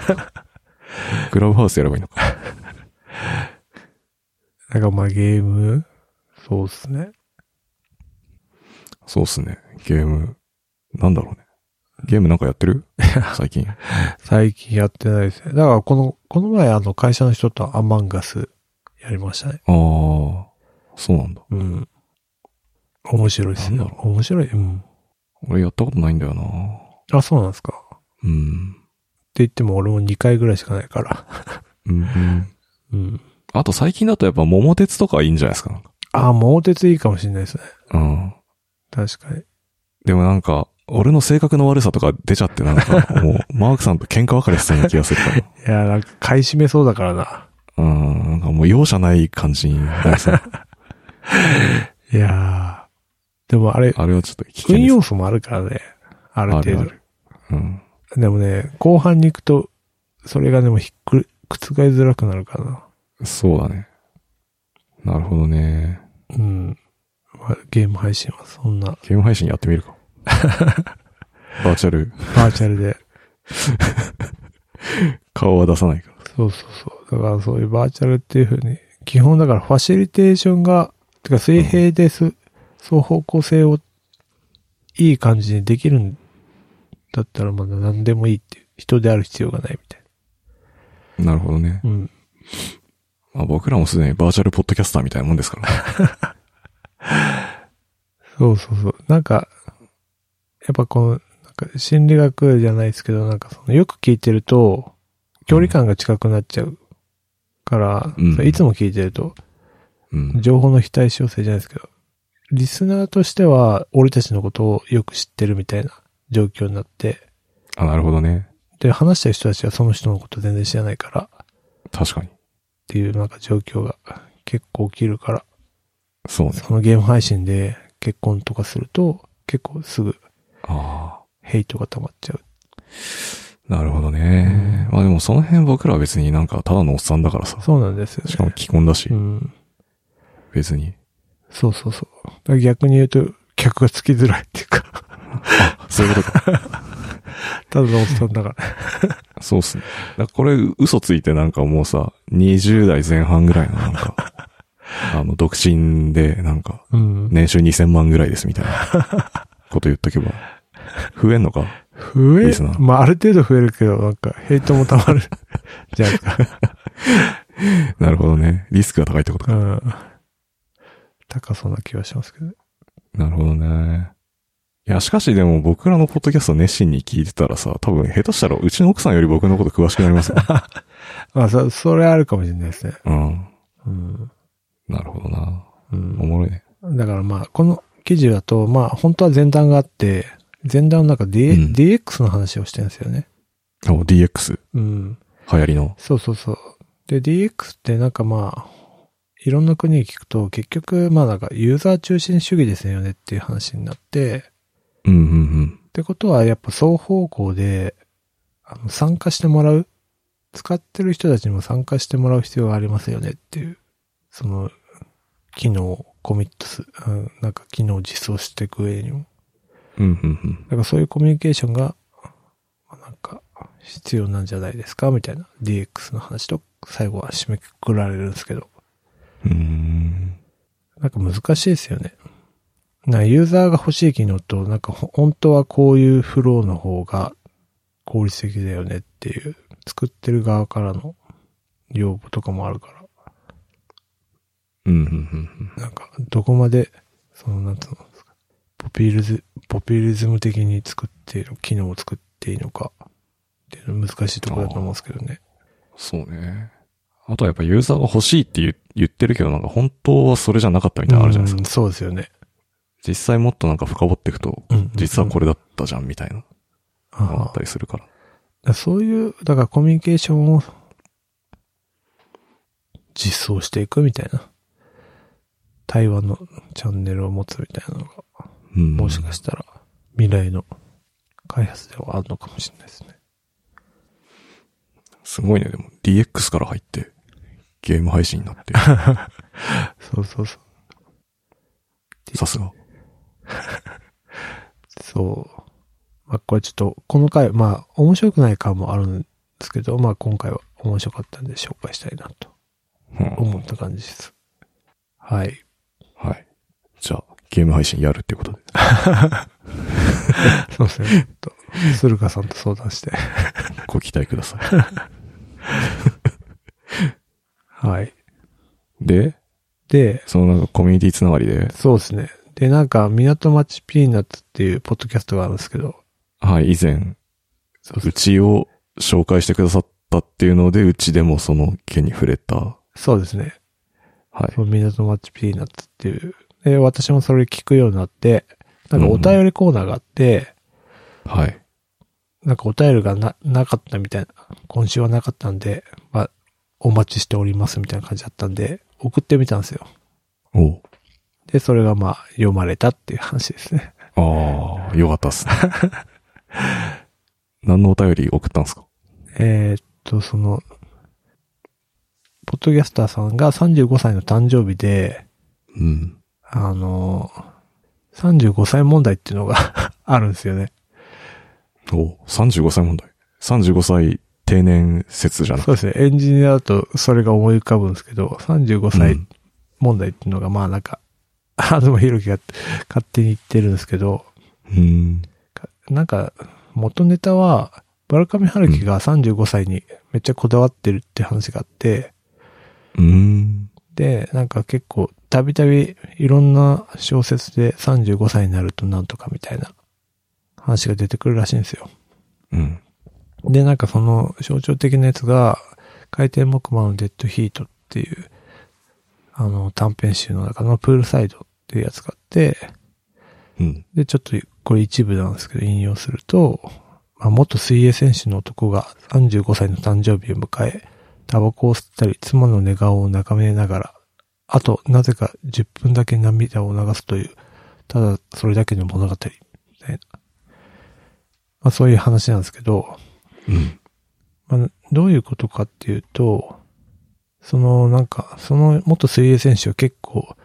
B: クラブハウスやればいいのか。
A: なんかまあゲーム、そうっすね。
B: そうっすね。ゲーム、なんだろうね。ゲームなんかやってる最近。
A: 最近やってないですね。だからこの、この前あの会社の人とアマンガスやりましたね。
B: ああ、そうなんだ。
A: うん。面白いっす
B: なん
A: よ
B: だ。
A: 面白い。うん。
B: 俺やったことないんだよな。
A: あ、そうなんですか。って
B: うん。
A: 言っても俺も2回ぐらいしかないから。
B: うんうん、
A: うん。
B: あと最近だとやっぱ桃鉄とかいいんじゃないですか。なんか
A: あ、猛鉄いいかもしれないですね。
B: うん。
A: 確かに。
B: でもなんか、俺の性格の悪さとか出ちゃってなんか、もう、 マークさんと喧嘩別れしてたような気がするから。
A: いや、なんか買い占めそうだからな。
B: うん、なんかもう容赦ない感じになりそう。
A: いやー。でもあれ、
B: あれはちょっと危険
A: 運
B: です。
A: 要素もあるからね。ある程度。
B: あるあうん。
A: でもね、後半に行くと、それがでもひっくり、覆りづらくなるからな。
B: そうだね。なるほどね。
A: うん。まあ、ゲーム配信はそんな、
B: ゲーム配信やってみるか。バーチャル、
A: バーチャルで。
B: 顔は出さないから。
A: そうそうそう。だからそういうバーチャルっていう風に、基本だからファシリテーションが、てか水平です、双方向性をいい感じにできるんだったらまだ何でもいいっていう。人である必要がないみたい
B: なるほどね。
A: な。うん。
B: まあ、僕らもすでにバーチャルポッドキャスターみたいなもんですからね。
A: そうそうそう。なんか、やっぱこの、なんか心理学じゃないですけど、なんかそのよく聞いてると、距離感が近くなっちゃうから、
B: うん
A: それいつも聞いてると、
B: うん。
A: 情報の非対称性じゃないですけど、リスナーとしては俺たちのことをよく知ってるみたいな状況になって、
B: あ、なるほどね。
A: で、話してる人たちはその人のこと全然知らないからっ
B: 確かに。
A: ていうなんか状況が結構起きるから、
B: そうね。
A: そのゲーム配信で結婚とかすると、結構すぐ
B: あ
A: ヘイトが溜まっちゃう。
B: あ。なるほどね。まあでもその辺僕らは別になんかただのおっさんだからさ。
A: そうなんですよね。
B: しかも既婚だし
A: う、ん。
B: 別に。
A: そうそうそう。だから逆に言うと、客がつきづらいっていうか、
B: そういうことか。
A: ただのおっさんだから。
B: そうっすね。だからこれ嘘ついてなんかもうさ、20代前半ぐらいのなんか、あの、独身でなんか、
A: うん。
B: 年収2000万ぐらいですみたいな こと言っとけば、増えんのか
A: 増え
B: リスナ、ー
A: まあ、ある程度増えるけど、なんか、ヘイトも溜 まる。じゃないですか。
B: なるほどね。リスクが高いってこと
A: う
B: か。
A: ん。高そうな気はしますけどね。
B: なるほどね。いや、しかしでも僕らのポッドキャスト熱心に聞いてたらさ、多分下手したらうちの奥さんより僕のこと詳しくなります ね。
A: まあ、そ、それあるかもしれないですね。
B: うん。
A: うん。
B: なるほどな。
A: う
B: お
A: ん。
B: もろいね。
A: だからまあ、この記事だと、まあ、本当は前段があって、前段の中で、
B: うん
A: DX の話をしてるんですよね。
B: お、DX。
A: うん。
B: 流行りの。
A: そうそうそう。で、DX ってなんかまあ、いろんな国に聞くと、結局、まあなんか、ユーザー中心主義ですよねっていう話になって、
B: うんうんうん。
A: ってことは、やっぱ双方向で、あの、参加してもらう、使ってる人たちにも参加してもらう必要がありますよねっていう、その、機能をコミットす、うん、なんか機能を実装していく上にも。
B: うんうんうん。
A: だからそういうコミュニケーションが、まあなんか、必要なんじゃないですかみたいな DX の話と最後は締めくくられるんですけど、
B: うーん。
A: なんか難しいですよね。なんかユーザーが欲しい機能と、なんかほ本当はこういうフローの方が効率的だよねっていう、作ってる側からの要望とかもあるか
B: うん、うん、うん
A: ら、なんかどこまで、その、なんつうの、ポピュリズ、ポピュリズム的に作っている、機能を作っていいのか、っていうの難しいところだと思うんですけどね。
B: そうね。あとはやっぱユーザーが欲しいって言う言ってるけど、なんか本当はそれじゃなかったみたいなのあるじゃないですか。
A: うんそうですよね。
B: 実際もっとなんか深掘っていくと、
A: うん
B: 実はこれだったじゃんみたいなのがあ
A: あ
B: ったりするから。
A: あそういう、だからコミュニケーションを実装していくみたいな。対話のチャンネルを持つみたいなのが、
B: うん。
A: もしかしたら未来の開発ではあるのかもしれないですね。
B: すごいね、でも DX から入って、ゲーム配信にな って、
A: そうそうそう。
B: さすが。
A: そう。まあ、これちょっと、この回、まあ、面白くない回もあるんですけど、まあ、今回は面白かったんで紹介したいなと
B: うん
A: 思った感じです。はい。
B: はい。じゃあ、ゲーム配信やるってことで。
A: そうですね。ちょっ と、駿河さんと相談して。
B: ご期待ください。
A: はい。
B: で、
A: で、
B: そのなんかコミュニティつながりで、
A: そうですね。で、なんか、港町ピーナッツっていうポッドキャストがあるんですけど、
B: はい、以前、うちを紹介してくださったっていうので、うちでもその件に触れた。
A: そうですね。
B: は
A: その港町ピーナッツっていう。で、私もそれ聞くようになって、なんかお便りコーナーがあって、
B: い。はい。
A: なんかお便りがな、なかったみたいな、今週はなかったんで、まあ、お待ちしておりますみたいな感じだったんで、送ってみたんですよ。
B: おう
A: で、それがまあ、読まれたっていう話ですね。
B: ああ、よかったっ すね。何のお便り送ったんですか
A: えーっと、その、ポッドキャスターさんが35歳の誕生日で、
B: うん。
A: あの、35歳問題っていうのが あるんですよね。
B: おう35歳問題。35歳定年説じゃなく
A: そうですね。エンジニアだとそれが思い浮かぶんですけど、35
B: う
A: 歳
B: ん
A: 問題っていうのが、まあなんか、 あの、ひろきが勝手に言ってるんですけど、
B: うん。
A: かなんか、元ネタは、村上春樹が35歳にめっちゃこだわってるって話があって、
B: うん。
A: で、なんか結構、たびたびいろんな小説で35歳になるとなんとかみたいな話が出てくるらしいんですよ。
B: うん。
A: で、なんかその象徴的なやつが、回転木馬のデッドヒートっていう、あの、短編集の中のプールサイドっていうやつがあって、
B: うん。
A: で、ちょっとこれ一部なんですけど、引用すると、まあ、元水泳選手の男が35歳の誕生日を迎え、タバコを吸ったり、妻の寝顔を眺めながら、あと、なぜか10分だけ涙を流すという、ただそれだけの物語、みたいな。まあ、そういう話なんですけど、
B: うん。
A: まあ、どういうことかっていうと、その、なんか、その元水泳選手は結構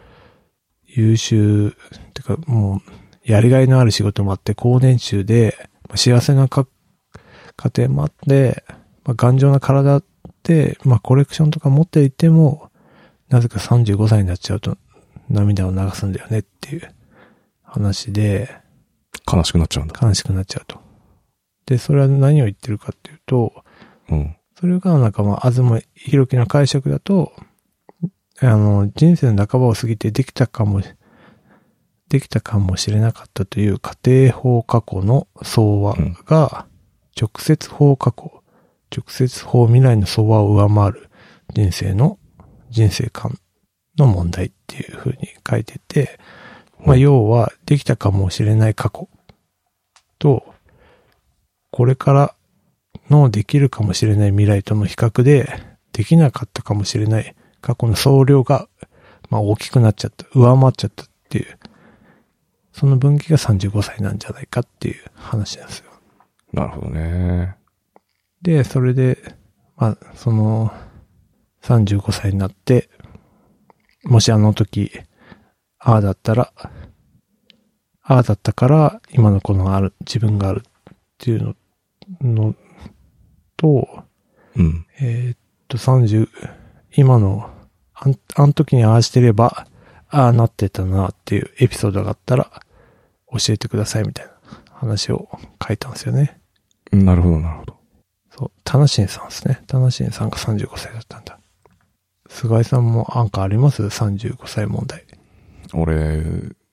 A: 優秀、てかもう、やりがいのある仕事もあって、高年収で、まあ幸せなか家庭もあって、まあ、頑丈な体で、まあ、コレクションとか持っていても、なぜか35歳になっちゃうと涙を流すんだよねっていう話で、
B: 悲しくなっちゃうんだ。
A: 悲しくなっちゃうと。で、それは何を言ってるかっていうと、
B: うん。
A: それがなんかまあ、あずまひろきの解釈だと、あの、人生の半ばを過ぎてできたかも、できたかもしれなかったという家庭法過去の相和が、直接法過去、直接法未来の相和を上回る人生の、人生観の問題っていう風に書いてて、まあ、要は、できたかもしれない過去と、これからのできるかもしれない未来との比較で、できなかったかもしれない過去の総量が、まあ、大きくなっちゃった、上回っちゃったっていう、その分岐が35歳なんじゃないかっていう話なんですよ。
B: なるほどね。
A: で、それで、まあ、その、35歳になって、もしあの時、ああだったら、ああだったから、今のこのある、自分があるっていうの、の、と、
B: うん。
A: えーっと、30、今の、あん、あの時にああしてれば、ああなってたなっていうエピソードがあったら、教えてくださいみたいな話を書いたんですよね。
B: なるほど、なるほど。
A: そう、タナシンさんですね。タナシンさんが35歳だったんだ。菅井さんもなんかあります ?35 歳問題。
B: 俺、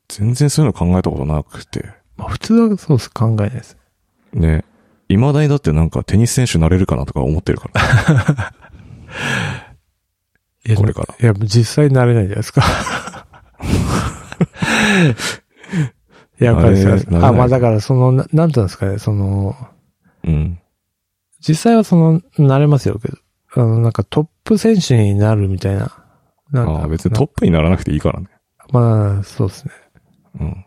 B: 全然そういうの考えたことなくて。
A: まあ普通はそうです。考えないです。
B: ね。未だにだってなんかテニス選手になれるかなとか思って るから。
A: いや
B: これから。
A: いや、実際なれないじゃないです か。いや、やっぱり
B: な
A: さ
B: れなれない
A: あ、まあだからその、ななんていうんですかね、その、
B: うん。
A: 実際はその、なれますよけど、あの、なんかトップ選手になるみたいな。なんか
B: ああ、別にトップにならなくていいからね。
A: まあ、そうですね。
B: うん。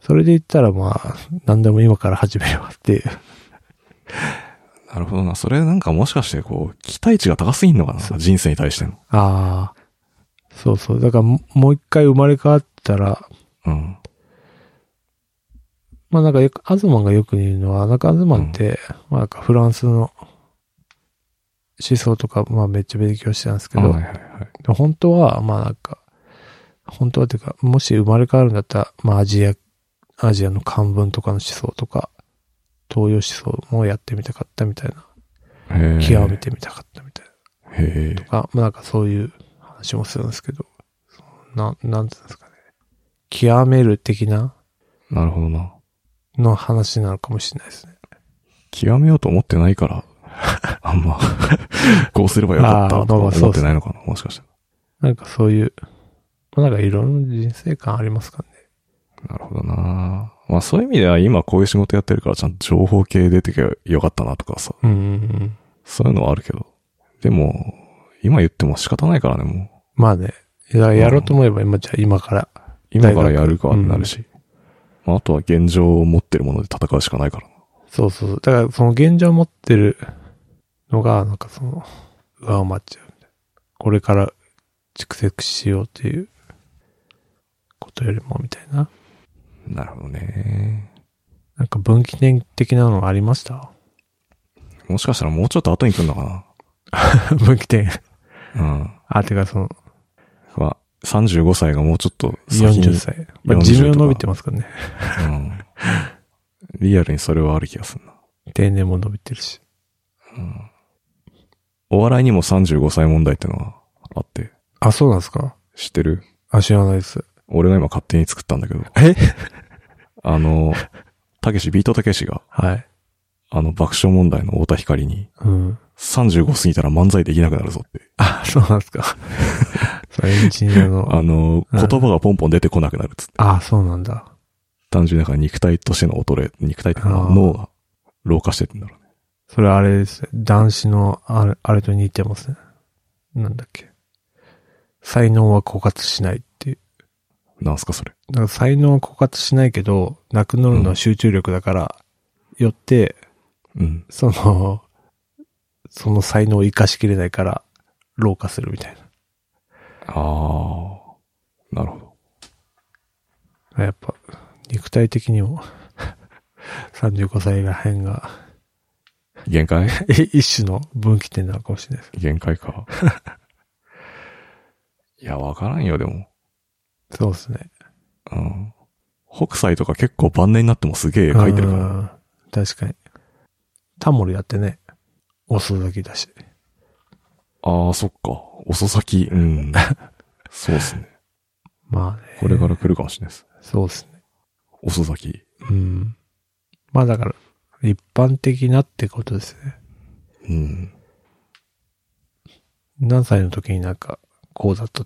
A: それで言ったらまあ、何でも今から始めようっていう。
B: なるほどな。それなんかもしかしてこう、期待値が高すぎんのかな人生に対しての。
A: ああ。そうそう。だからも、もう一回生まれ変わったら、
B: うん。
A: まあなんかよく、アズマンがよく言うのは、なんかアズマンって、まあなんかフランスの思想とか、まあめっちゃ勉強してたんですけ
B: あ
A: ど、
B: はいはいはい。
A: でも本当は、まあなんか、本当はというか、もし生まれ変わるんだったら、まあアジア、アジアの漢文とかの思想とか、東洋思想もやってみたかったみたいな、
B: へえ。
A: 極めてみたかったみたい
B: へ
A: なとか、まあなんかそういう話もするんですけど、そのなん、なんていうんですかね。極める的な
B: え。なるほどな。
A: の話なのかもしれないですね。
B: 極めようと思ってな いから、あんま、こうすればよかったとか
A: あーまあそ
B: 思
A: うそ
B: って
A: う
B: ないのかな、もしかした
A: なんかそういう、まあなんかいろんな人生観ありますからね。
B: ら。なるほどな。まあそういう意味では今こういう仕事やってるからちゃんと情報系出てけばよかったなとかさ、
A: うんうんうん。
B: そういうのはあるけど。でも、今言っても仕方ないからね、もう。
A: まあね。いややろうと思えば今じゃあ今から。
B: 今からやるかになるし。まああとは現状を持ってるもので戦うしかないからな。
A: そうそうそう。だからその現状を持ってるのが、なんかその、上回っちゃうみたいな。これから蓄積しようっていうことよりもみたいな。
B: なるほどね。
A: なんか分岐点的なのありました
B: もしかしたらもうちょっと後に来るのか
A: 分岐点。
B: な。うん。
A: あ、てかその、
B: まあ、35歳がもうちょっと先に
A: 40歳。まあ、
B: 40
A: 寿命伸びてますからね。
B: うんリアルにそれはある気がするな。
A: 定年も伸びてるし。
B: うんお笑いにも35歳問題ってのはあって、
A: あ、そうなんですか
B: 知ってる
A: あ、知らないです。
B: 俺が今勝手に作ったんだけど、
A: え
B: あの、たけし、ビートたけしが、
A: はい。
B: あの爆笑問題の太田光に、
A: うん。
B: 35過ぎたら漫才できなくなるぞって。
A: あ、そうなん ですか。それエンジニアの。
B: あの、
A: うん
B: 言葉がポンポン出てこなくなるっつって。
A: あ、そうなんだ。
B: 単純にだから肉体としての衰え、肉体っていうの
A: あ
B: は
A: ー
B: 脳が老化してってんだろうね。
A: それあれですね。男子のあれ、あれと似てますね。なんだっけ。才能は枯渇しないっていう。
B: なんすかそれ。
A: なんか才能は枯渇しないけど、なくなるのは集中力だから、よって、
B: うん。
A: その、その才能を活かしきれないから、老化するみたい
B: ああ、なるほど。
A: な。やっぱ、肉体的にも、35歳らへんが、
B: 限界
A: え一種の分岐点なのかもしれないです。
B: 限界か。 いや、わからんよ、でも。
A: そうですね。
B: うん。北斎とか結構晩年になってもすげえ絵描いてるから。
A: ら。確かに。タモリだってね、遅咲きだし。
B: ああ、そっか。遅咲き。うん。そうっすね。
A: まあね。
B: これから来るかもしれないです。
A: そうですね。
B: 遅咲き。
A: うん。まあだから、一般的なってことですね。
B: うん。
A: 何歳の時になんか、こうだと、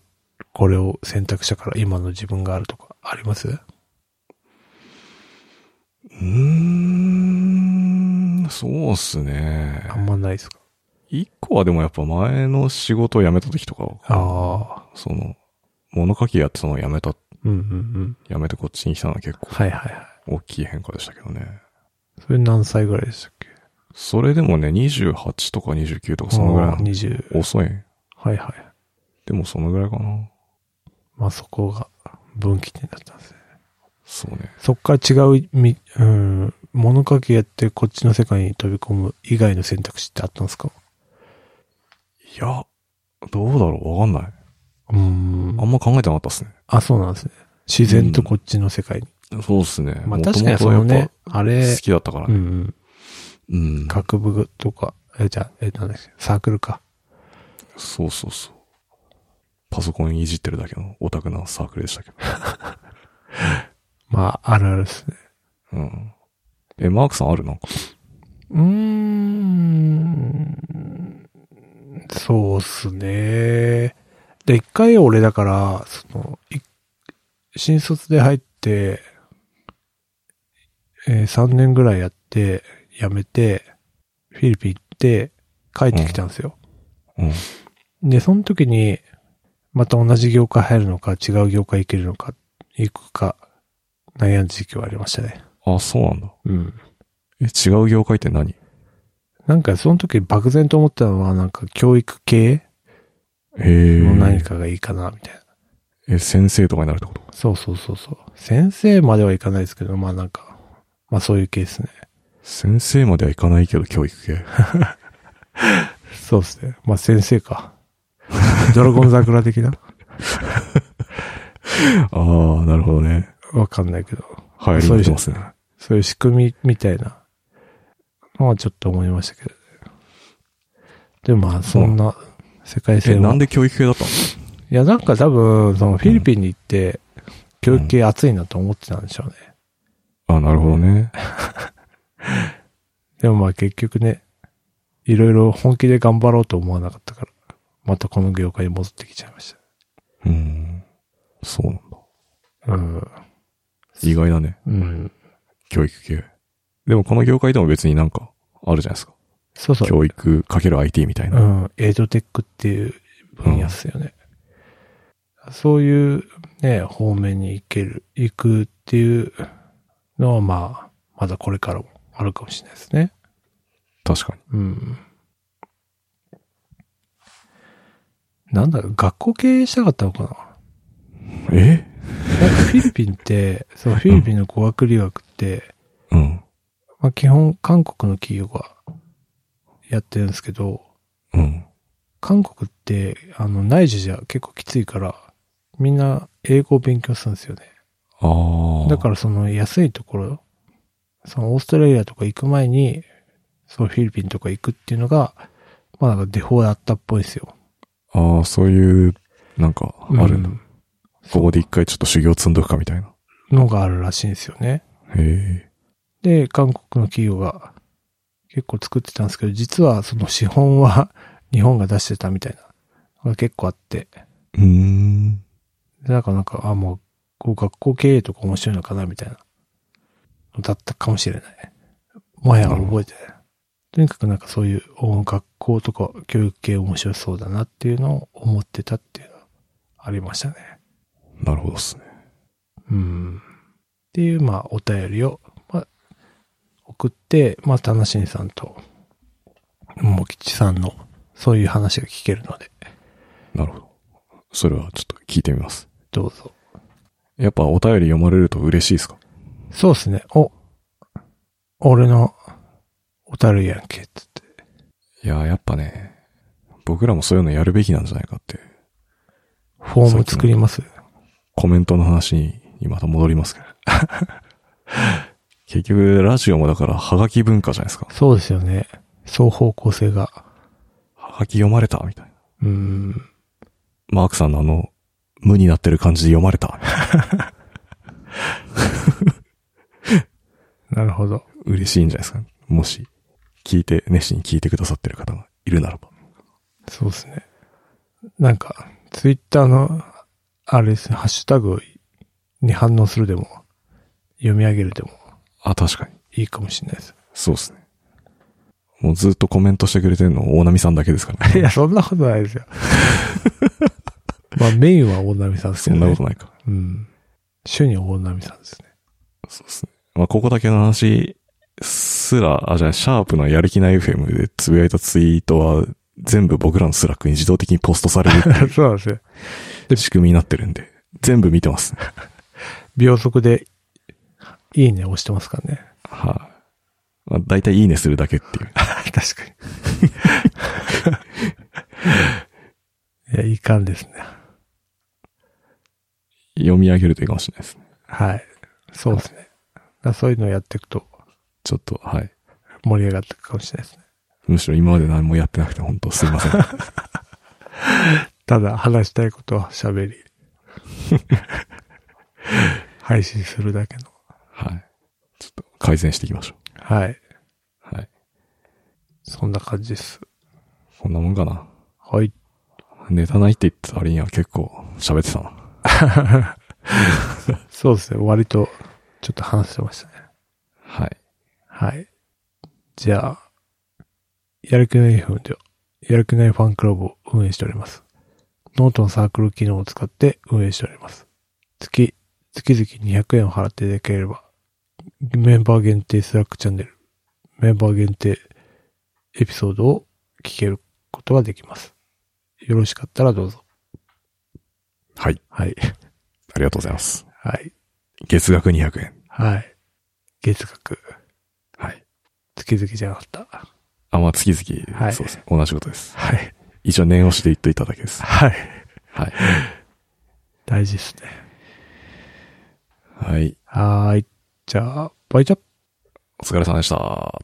A: これを選択したから今の自分があるとかあります
B: うーん、そうっすね。
A: あんまないですか
B: 一個はでもやっぱ前の仕事を辞めた時とかは、
A: ああ。
B: その、物書きやってたのを辞めた、
A: うんうんうん。
B: 辞めてこっちに来たのは結構
A: はいはいは
B: 大きい変化でしたけどね。
A: い。それ何歳ぐらいでしたっけ
B: それでもね、28とか29とかそのぐらいな
A: あー
B: の。
A: 20。
B: 遅い。
A: はいはい。
B: でもそのぐらいかな。
A: まあそこが分岐点だったんですね。
B: そうね。
A: そっから違うみ、うん、物書きやってこっちの世界に飛び込む以外の選択肢ってあったんですか
B: いや、どうだろうわかんない。
A: うーん
B: あ。んま考えてなかったっすね。
A: あ、そうなんですね。自然とこっちの世界に。
B: そうっすね。
A: まあ
B: 元
A: 確かに
B: 々やっぱ
A: そのね、あ
B: 好
A: れ、
B: きだったから
A: うんう
B: ね。
A: ん。
B: うん。
A: 学部とか、え、じゃあ、え、なんだっけ、サークルか。
B: そうそうそう。パソコンいじってるだけのオタクなサークルでしたけど。
A: まあ、あるあるですね。
B: うん。え、マークさんあるなんか。
A: うーん。そうっすね。で、一回俺だから、その、い新卒で入って、えー3年ぐらいやって、辞めて、フィリピン行って、帰ってきたんですよ。
B: うん。
A: で、その時に、また同じ業界入るのか、違う業界行けるのか、行くか、悩んだ時期はありましたね。
B: あ、そうなんだ。
A: うん。
B: え、違う業界って何
A: なんかその時漠然と思ったのは、なんか教育系
B: えー、
A: の何かがいいかな、みたいな。
B: え、先生とかになるってこと
A: そうそうそうそう。先生まではいかないですけど、まあなんか、まあそういう系ですね。
B: 先生まではいかないけど教育系。
A: そうですね。まあ、先生 か。ドラゴン桜的な
B: ああ、なるほどね。
A: わかんないけど。
B: 流行りになってますね。
A: そういう仕組みみたいなのはちょっと思いましたけどね。でもまあ、そんな世界
B: え、
A: 線は。
B: なんで教育系だったの
A: いや、なんか多分、そのフィリピンに行って、教育系熱いなと思ってたんでしょうね。
B: あなるほどね。
A: でもまあ結局ね、いろいろ本気で頑張ろうと思わなかったから、またこの業界に戻ってきちゃいまし
B: うん。そう
A: た。
B: なんだ。
A: うん。
B: 意外だね。
A: うん。
B: 教育系。でもこの業界でも別になんかあるじゃないですか。
A: そうそう。
B: 教育かける IT みたいうな。
A: ん。エイドテックっていう分野っすよね。そういうね、方面に行ける、行くっていうのはまあ、まだこれからもあるかもしれないですね。
B: 確かに。
A: うん。なんだろう、学校経営したかったのかな
B: え
A: なんかフィリピンって、そのフィリピンの語学留学って、
B: うん。
A: まあ基本韓国の企業がやってるんですけど、
B: うん。
A: 韓国って、あの、内需じゃ結構きついから、みんな英語を勉強するんですよね。
B: ああ。
A: だからその安いところ、そのオーストラリアとか行く前に、そのフィリピンとか行くっていうのが、まあなんかデフォだったっぽいんですよ。
B: ああ、そういう、なんか、あるんだ。
A: うん
B: ここで一回ちょっと修行積んどくかみたいな。
A: のがあるらしいんですよね。
B: へ
A: で、韓国の企業が結構作ってたんですけど、実はその資本は 日本が出してたみたいなのが結構あって、
B: え。うーん。
A: でなんかなんか、あ、もう、こう学校経営とか面白いのかなみたいな、だったかもしれない。もはや覚えてない。とにかくなんかそういうお学校とか教育系面白そうだなっていうのを思ってたっていうのはありましたね。
B: なるほどっすね。
A: うん。っていう、まあ、お便りを、まあ、送って、まあ、田無さんと、もきちさんの、そういう話が聞けるので、
B: なるほど。それはちょっと聞いてみます。
A: どうぞ。
B: やっぱお便り読まれると嬉しいですか
A: そうですね。お、俺の、おたるやんけ、つって。
B: いやー、やっぱね、僕らもそういうのやるべきなんじゃないかって、
A: フォーム作ります。
B: コメントの話に今また戻りますけど。 結局、ラジオもだから、はがき文化じゃないですか。
A: そうですよね。双方向性が。
B: はがき読まれたみたいな。
A: うん。
B: マークさんのあの、無になってる感じで読まれた。
A: なるほど。
B: 嬉しいんじゃないですか。もし、聞いて、熱心に聞いてくださってる方がいるならば。
A: そうですね。なんか、ツイッターの、あれですね、ハッシュタグに反応するでも、読み上げるでも、
B: あ、確かに。
A: いいかもしれないです。
B: そうですね。もうずっとコメントしてくれてるの大波さんだけですからね。
A: いや、そんなことないですよ。まあ、メインは大波さんです
B: そ
A: よ
B: ん
A: ね。
B: なことないか。
A: うん。主に大波さんですね。
B: そうですね。まあ、ここだけの話すら、あ、じゃあ、シャープのやる気ない FM でつぶやいたツイートは、全部僕らのスラックに自動的にポストされるって い
A: そうなんですよ。
B: う仕組みになってるんで、全部見てます。はい、
A: 秒速で、いいね押してますからね。
B: まあ。大体いいねするだけっていう。
A: 確か に。いや、いかんですね。
B: 読み上げるといいかもしれないですね。
A: はい。そうですね。だからそういうのをやっていくと、
B: ちょっと、はい。
A: 盛り上がっていくかもしれないですね。
B: むしろ今まで何もやってなくて本当すいません。
A: ただ話したいことは喋 り。配信するだけの。
B: はい。ちょっと改善していきましょ
A: はい。
B: う。はい。
A: そんな感じです。
B: こんなもんかな。
A: はい。
B: ネタないって言ってた割には結構喋ってたな。
A: そうですね。割と、ちょっと話してましたね。
B: はい。
A: はい。じゃあ、やる気ないフでは、やる気ないファンクラブを運営しております。ノートのサークル機能を使って運営しております。月、月々200円を払っていただければ、メンバー限定スラックチャンネル、メンバー限定エピソードを聞けることができます。よろしかったらどうぞ。
B: はい。
A: はい。
B: ありがとうございます。
A: はい。
B: 月額200円。
A: はい。月額、
B: はい。
A: 月々じゃなかった。
B: あ、まあ、月々、
A: はい
B: そうですね。同じことです。
A: はい。
B: 一応念押しで言っといただけです。
A: はい。
B: はい。
A: 大事ですね。
B: はい。
A: はーい。じゃあ、バイチャップ
B: お疲れ様でした。